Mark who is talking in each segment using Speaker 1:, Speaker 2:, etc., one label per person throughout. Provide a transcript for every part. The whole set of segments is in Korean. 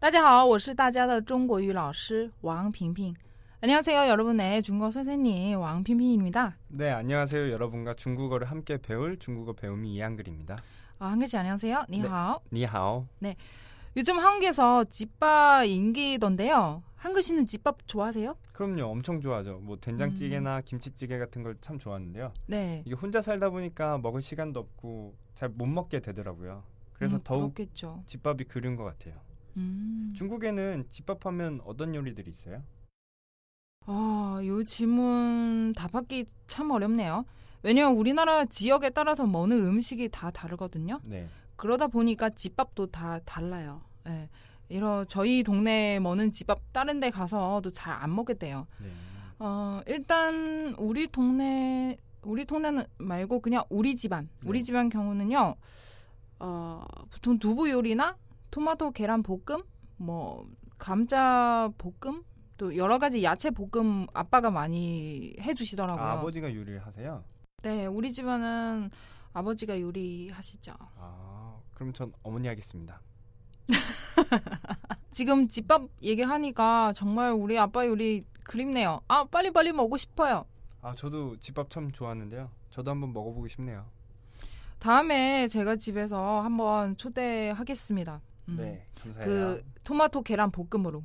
Speaker 1: 大家好，我是大家的中国语老师王萍萍。 안녕하세요, 여러분의 중국어 선생님 왕핑핑입니다.
Speaker 2: 네, 안녕하세요. 여러분과 중국어를 함께 배울 중국어 배움이 이한글입니다.
Speaker 1: 아, 한글씨 안녕하세요. 니하오.
Speaker 2: 니하오.
Speaker 1: 요즘 한국에서 집밥 인기던데요. 한글씨는 집밥 좋아하세요?
Speaker 2: 그럼요. 엄청 좋아하죠. 뭐
Speaker 1: 음.
Speaker 2: 된장찌개나 김치찌개 같은 걸 참 좋아하는데요.
Speaker 1: 네.
Speaker 2: 이게 혼자 살다 보니까 먹을 시간도 없고 잘 못 먹게 되더라고요. 그래서
Speaker 1: 음,
Speaker 2: 더욱
Speaker 1: 그렇겠죠.
Speaker 2: 집밥이 그리운 것 같아요.
Speaker 1: 음.
Speaker 2: 중국에는 집밥하면 어떤 요리들이 있어요?
Speaker 1: 아, 요 질문 답하기 참 어렵네요. 왜냐면 우리나라 지역에 따라서 먹는 음식이 다 다르거든요.
Speaker 2: 네.
Speaker 1: 그러다 보니까 집밥도 다 달라요. 예. 이런 저희 동네에 먹는 집밥 다른 데 가서도 잘 안 먹게 돼요.
Speaker 2: 네.
Speaker 1: 어, 일단 우리 동네 우리 동네는 말고 그냥 우리 집안 우리
Speaker 2: 네.
Speaker 1: 집안 경우는요 어, 보통 두부 요리나 토마토 계란 볶음 뭐 감자 볶음 또 여러 가지 야채 볶음 아빠가 많이 해주시더라고요.
Speaker 2: 아, 아버지가 요리를 하세요?
Speaker 1: 네 우리 집안은 아버지가 요리하시죠.
Speaker 2: 아, 그럼 전 어머니 하겠습니다.
Speaker 1: 지금 집밥 얘기하니까 정말 우리 아빠 요리 그립네요. 아 빨리 빨리 먹고 싶어요.
Speaker 2: 아, 저도 집밥 참 좋아하는데요. 저도 한번 먹어보고 싶네요.
Speaker 1: 다음에 제가 집에서 한번 초대하겠습니다. 음.
Speaker 2: 네, 감사해요.
Speaker 1: 그 토마토 계란 볶음으로.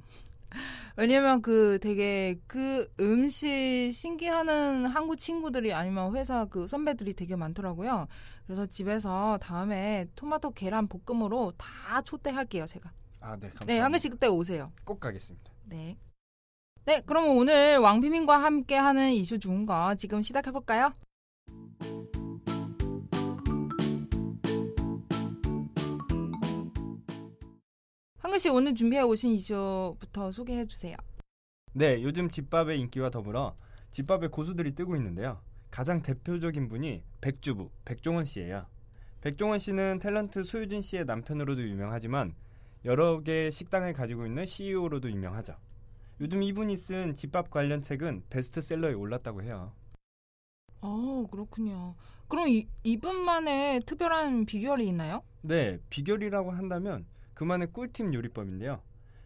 Speaker 1: 왜냐면 그 되게 그 음식 신기하는 한국 친구들이 아니면 회사 그 선배들이 되게 많더라고요. 그래서 집에서 다음에 토마토 계란 볶음으로 다 초대할게요, 제가.
Speaker 2: 아, 네, 감사합니다.
Speaker 1: 네, 한 글씩 그때 오세요.
Speaker 2: 꼭 가겠습니다.
Speaker 1: 네. 네, 그럼 오늘 왕피민과 함께하는 이슈 중거 지금 시작해볼까요? 한글 씨 오늘 준비해 오신 이슈부터 소개해 주세요.
Speaker 2: 네, 요즘 집밥의 인기와 더불어 집밥의 고수들이 뜨고 있는데요. 가장 대표적인 분이 백주부 백종원 씨예요. 백종원 씨는 탤런트 소유진 씨의 남편으로도 유명하지만 여러 개의 식당을 가지고 있는 CEO로도 유명하죠. 요즘 이분이 쓴 집밥 관련 책은 베스트셀러에 올랐다고 해요.
Speaker 1: 어, 그렇군요. 그럼 이, 이분만의 특별한 비결이 있나요?
Speaker 2: 네, 비결이라고 한다면 그만의 꿀팁 요리법인데요.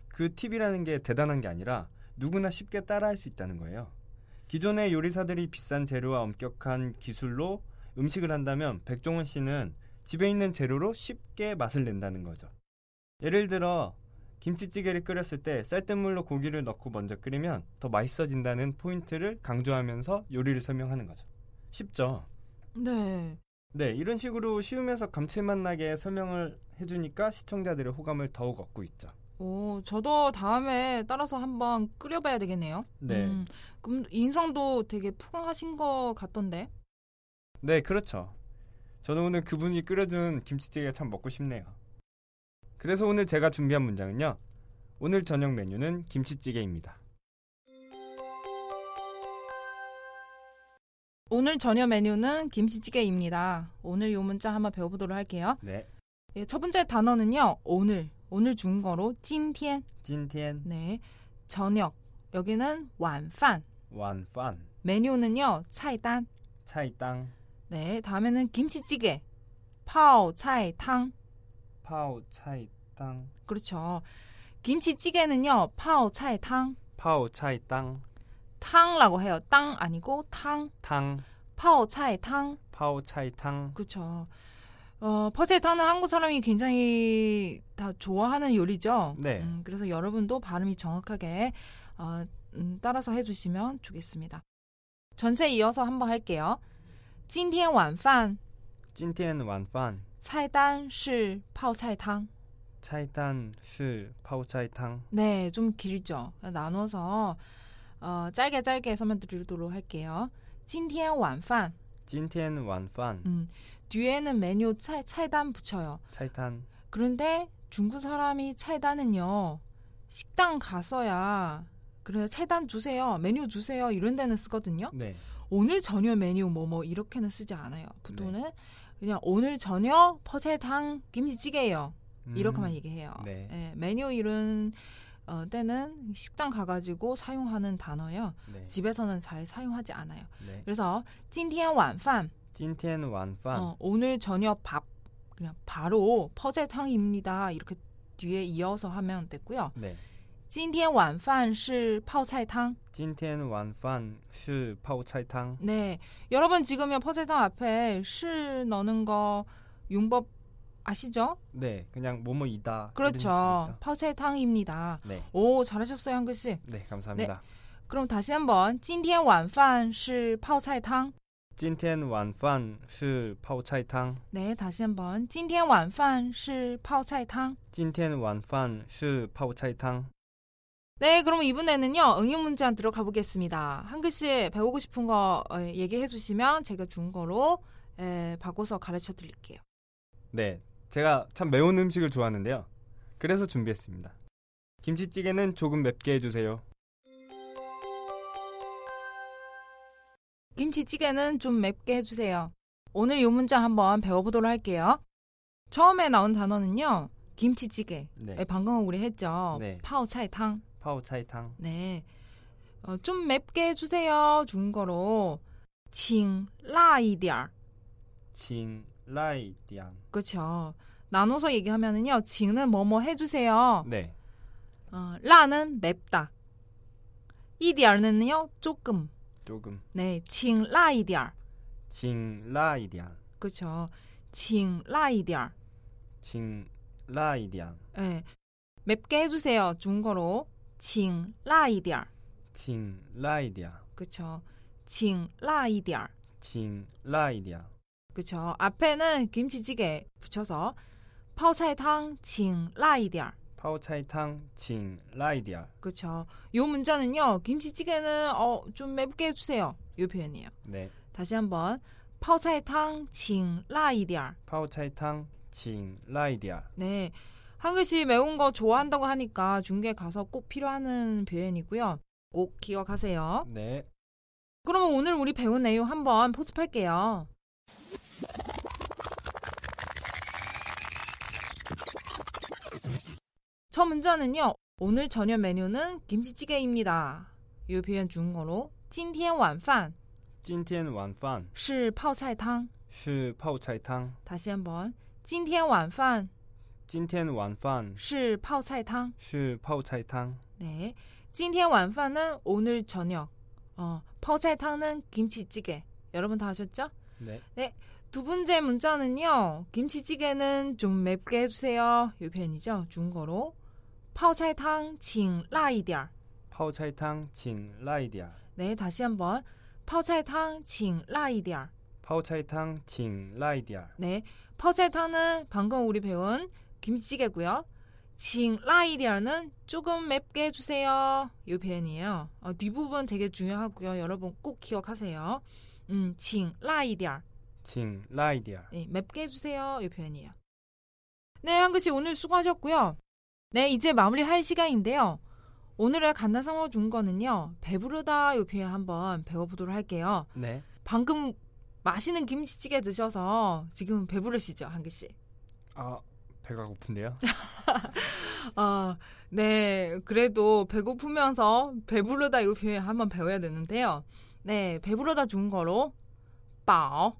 Speaker 2: 그 팁이라는 게 대단한 게 아니라 누구나 쉽게 따라할 수 있다는 거예요. 기존의 요리사들이 비싼 재료와 엄격한 기술로 음식을 한다면 백종원 씨는 집에 있는 재료로 쉽게 맛을 낸다는 거죠. 예를 들어 김치찌개를 끓였을 때 쌀뜨물로 고기를 넣고 먼저 끓이면 더 맛있어진다는 포인트를 강조하면서 요리를 설명하는 거죠. 쉽죠?
Speaker 1: 네.
Speaker 2: 네, 이런 식으로 쉬우면서 감칠맛 나게 설명을 해주니까 시청자들의 호감을 더욱 얻고 있죠.
Speaker 1: 오, 어, 저도 다음에 따라서 한번 끓여봐야 되겠네요. 음, 그럼 인상도 되게 푸근하신 것 같던데.
Speaker 2: 네, 그렇죠. 저는 오늘 그분이 끓여준 김치찌개가 참 먹고 싶네요. 그래서 오늘 제가 준비한 문장은요. 오늘 저녁 메뉴는 김치찌개입니다.
Speaker 1: 오늘 저녁 메뉴는 김치찌개입니다. 오늘 요 문자 한번 배워보도록 할게요.
Speaker 2: 네,
Speaker 1: 예, 첫 번째 단어는요. 오늘. 오늘 중거로 찐티엔.
Speaker 2: 찐텐
Speaker 1: 네. 저녁. 여기는 완판.
Speaker 2: 완판
Speaker 1: 메뉴는요. 차이단.
Speaker 2: 차이땅
Speaker 1: 네. 다음에는 김치찌개. 파오 차이탕.
Speaker 2: 파오 차이땅
Speaker 1: 그렇죠. 김치찌개는요. 파오 차이탕.
Speaker 2: 파오 차이땅
Speaker 1: 탕라고 해요. 땅 아니고 탕.
Speaker 2: 탕
Speaker 1: 파오 차이탕.
Speaker 2: 파오 차이탕
Speaker 1: 그렇죠. 어, 퍼세타는 한국 사람이 굉장히 다 좋아하는 요리죠.
Speaker 2: 네.
Speaker 1: 음, 그래서 여러분도 발음이 정확하게 어, 음, 따라서 해주시면 좋겠습니다. 전체 이어서 한번 할게요. 今天 완판
Speaker 2: 찐텐 완판
Speaker 1: 菜单是 파오차이탕.
Speaker 2: 차이땅 슈 파오 차이탕
Speaker 1: 네, 좀 길죠. 나눠서 어, 짧게 짧게 설명드리도록 할게요. 今天 완판.
Speaker 2: 찐텐 완판
Speaker 1: 음, 뒤에는 메뉴 차, 차이단 붙여요.
Speaker 2: 차이탄
Speaker 1: 그런데 중국 사람이 차이단은요 식당 가서야 그래서 채단 주세요, 메뉴 주세요 이런 데는 쓰거든요.
Speaker 2: 네.
Speaker 1: 오늘 저녁 메뉴 뭐 뭐 이렇게는 쓰지 않아요. 보통은
Speaker 2: 네.
Speaker 1: 그냥 오늘 저녁 퍼채탕 김치찌개예요.
Speaker 2: 음,
Speaker 1: 이렇게만 얘기해요.
Speaker 2: 네.
Speaker 1: 예, 메뉴 이런 어, 때는 식당 가가지고 사용하는 단어요.
Speaker 2: 네.
Speaker 1: 집에서는 잘 사용하지 않아요.
Speaker 2: 네.
Speaker 1: 그래서 찐티안 완판
Speaker 2: 찐텐 완판.
Speaker 1: 어, 오늘 저녁 밥 그냥 바로 퍼제탕입니다. 이렇게 뒤에 이어서 하면 됐고요.
Speaker 2: 네.
Speaker 1: 찐티안 완판 是泡菜탕
Speaker 2: 찐텐 완판 슈 파오차이탕.
Speaker 1: 네, 여러분 지금요 퍼제탕 앞에 是 넣는 거 용법 아시죠?
Speaker 2: 네. 그냥 뭐뭐이다.
Speaker 1: 그렇죠.
Speaker 2: 이름이
Speaker 1: 퍼제탕입니다.
Speaker 2: 있으니까. 네.
Speaker 1: 오 잘하셨어요 한 글씨.
Speaker 2: 네, 감사합니다.
Speaker 1: 그럼 다시 한번 今天晚饭是泡菜汤
Speaker 2: 찐텐 완판 슈 파오차이탕.
Speaker 1: 네, 다시 한번 今天晚饭是泡菜汤
Speaker 2: 찐텐 완판 슈 파오차이탕.
Speaker 1: 네, 그럼 이번에는요. 응용 문제한 들어가 보겠습니다. 한 글씨 배우고 싶은 거 어, 얘기해 주시면 제가 중거로 에, 바꿔서 가르쳐 드릴게요.
Speaker 2: 네, 제가 참 매운 음식을 좋아하는데요. 그래서 준비했습니다. 김치찌개는 조금 맵게 해주세요.
Speaker 1: 김치찌개는 좀 맵게 해 주세요. 오늘 이 문장 한번 배워보도록 할게요. 처음에 나온 단어는요. 김치찌개.
Speaker 2: 네,
Speaker 1: 예, 방금 우리 했죠.
Speaker 2: 네.
Speaker 1: 파오차이탕.
Speaker 2: 파오차이탕.
Speaker 1: 네. 어, 좀 맵게 해주세요. 중거로. 칭, 라一点
Speaker 2: 칭 라이 디앙.
Speaker 1: 그렇죠. 나눠서 얘기하면은요. 칭은 뭐뭐 해주세요.
Speaker 2: 네,
Speaker 1: 어, 라는 맵다. 一点는요. 조금.
Speaker 2: 조금.
Speaker 1: 네. 칭, 라一点
Speaker 2: 칭 라이 디앙.
Speaker 1: 그렇죠. 칭, 라一点
Speaker 2: 칭 라이 디앙.
Speaker 1: 네. 맵게 해주세요. 중거로. 칭, 라一点
Speaker 2: 칭 라이 디앙.
Speaker 1: 그렇죠. 칭, 라一点
Speaker 2: 칭 라이 디앙.
Speaker 1: 그쵸. 앞에는 김치찌개 붙여서 파오차이탕 칭 라이디알.
Speaker 2: 파오차이탕 칭 라이 디앙.
Speaker 1: 그쵸. 요 문자는요. 김치찌개는 어, 좀 맵게 해주세요. 요 표현이에요.
Speaker 2: 네,
Speaker 1: 다시 한번 파오차이탕 칭 라이디알.
Speaker 2: 파오차이탕 칭 라이 디앙.
Speaker 1: 네. 한 글씨 매운 거 좋아한다고 하니까 중계 가서 꼭 필요하는 표현이고요. 꼭 기억하세요.
Speaker 2: 네,
Speaker 1: 그러면 오늘 우리 배운 내용 한번 포습할게요. 첫 문제는요. 오늘 저녁 메뉴는 김치찌개입니다. 이 표현 중국어로 今天晚饭
Speaker 2: 찐텐 완판
Speaker 1: 是泡菜汤
Speaker 2: 슈 파오차이탕.
Speaker 1: 다시 한번 今天晚饭
Speaker 2: 찐텐 완판
Speaker 1: 是泡菜汤
Speaker 2: 슈 파오차이탕.
Speaker 1: 네. 今天 晚饭은 오늘 저녁. 어, 泡菜汤은 김치찌개. 여러분 다 아셨죠?
Speaker 2: 네.
Speaker 1: 두 번째 문자는요. 김치찌개는 좀 맵게 해주세요. 이 표현이죠. 중거로. 泡菜汤 칭, 라一点
Speaker 2: 파오차이탕 칭 라이디아
Speaker 1: 네, 다시 한번. 泡菜汤 칭, 라一点
Speaker 2: 파오차이탕 칭 라이디아
Speaker 1: 네, 泡菜汤은 방금 우리 배운 김치찌개고요. 칭, 라一点은 조금 맵게 해주세요. 이 표현이에요. 어, 뒷부분 되게 중요하고요. 여러분 꼭 기억하세요. 음, 칭, 라一点
Speaker 2: 칭 라이디아
Speaker 1: 네, 맵게 해주세요. 이 표현이에요. 네, 한글씨 오늘 수고하셨고요. 네, 이제 마무리할 시간인데요. 오늘의 간단상어 중거는요. 배부르다 이 표현 한번 배워보도록 할게요.
Speaker 2: 네
Speaker 1: 방금 맛있는 김치찌개 드셔서 지금 배부르시죠, 한글씨?
Speaker 2: 아, 배가 고픈데요?
Speaker 1: 아, 네. 그래도 배고프면서 배부르다 이 표현 한번 배워야 되는데요. 네, 배부르다 중거로 빠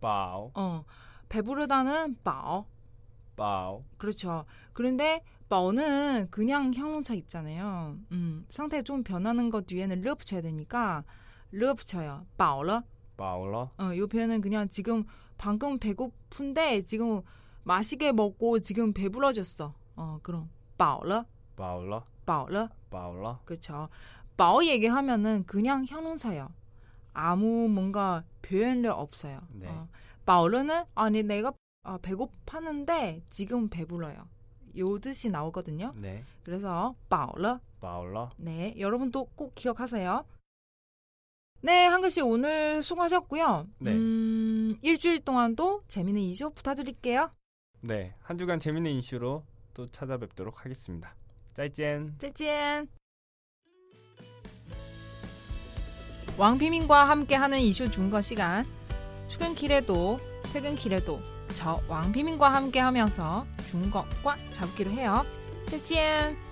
Speaker 2: 빠오
Speaker 1: 어, 배부르다는 빠
Speaker 2: 빠오
Speaker 1: 그렇죠. 그런데 뻔은 그냥 형용사 있잖아요. 음, 상태 좀 변하는 것 뒤에는 르 붙여야 되니까 르 붙여요. 빠올러.
Speaker 2: 빠올러
Speaker 1: 어, 요 표현은 그냥 지금 방금 배고픈데 지금 맛있게 먹고 지금 배불러졌어. 어, 그럼 빠올러.
Speaker 2: 빠올러
Speaker 1: 빠올러.
Speaker 2: 빠올러
Speaker 1: 그렇죠. 빠오 얘기하면은 그냥 형용사예요. 아무 뭔가 표현력 없어요.
Speaker 2: 네.
Speaker 1: 어, 빠올러는 아니 내가 어, 배고파는데 지금 배불러요. 요 뜻이 나오거든요.
Speaker 2: 네
Speaker 1: 그래서 빠올러
Speaker 2: 빠올러
Speaker 1: 네 여러분도 꼭 기억하세요. 네 한글씨 오늘 수고하셨고요.
Speaker 2: 네.
Speaker 1: 음, 일주일 동안도 재미있는 이슈 부탁드릴게요.
Speaker 2: 네, 한 주간 재밌는 이슈로 또 찾아뵙도록 하겠습니다 짜이젠
Speaker 1: 짜잔. 왕피민과 함께하는 이슈 중거 시간 출근길에도 퇴근길에도 저 왕피민과 함께하면서 중거과 잡기로 해요. 再见。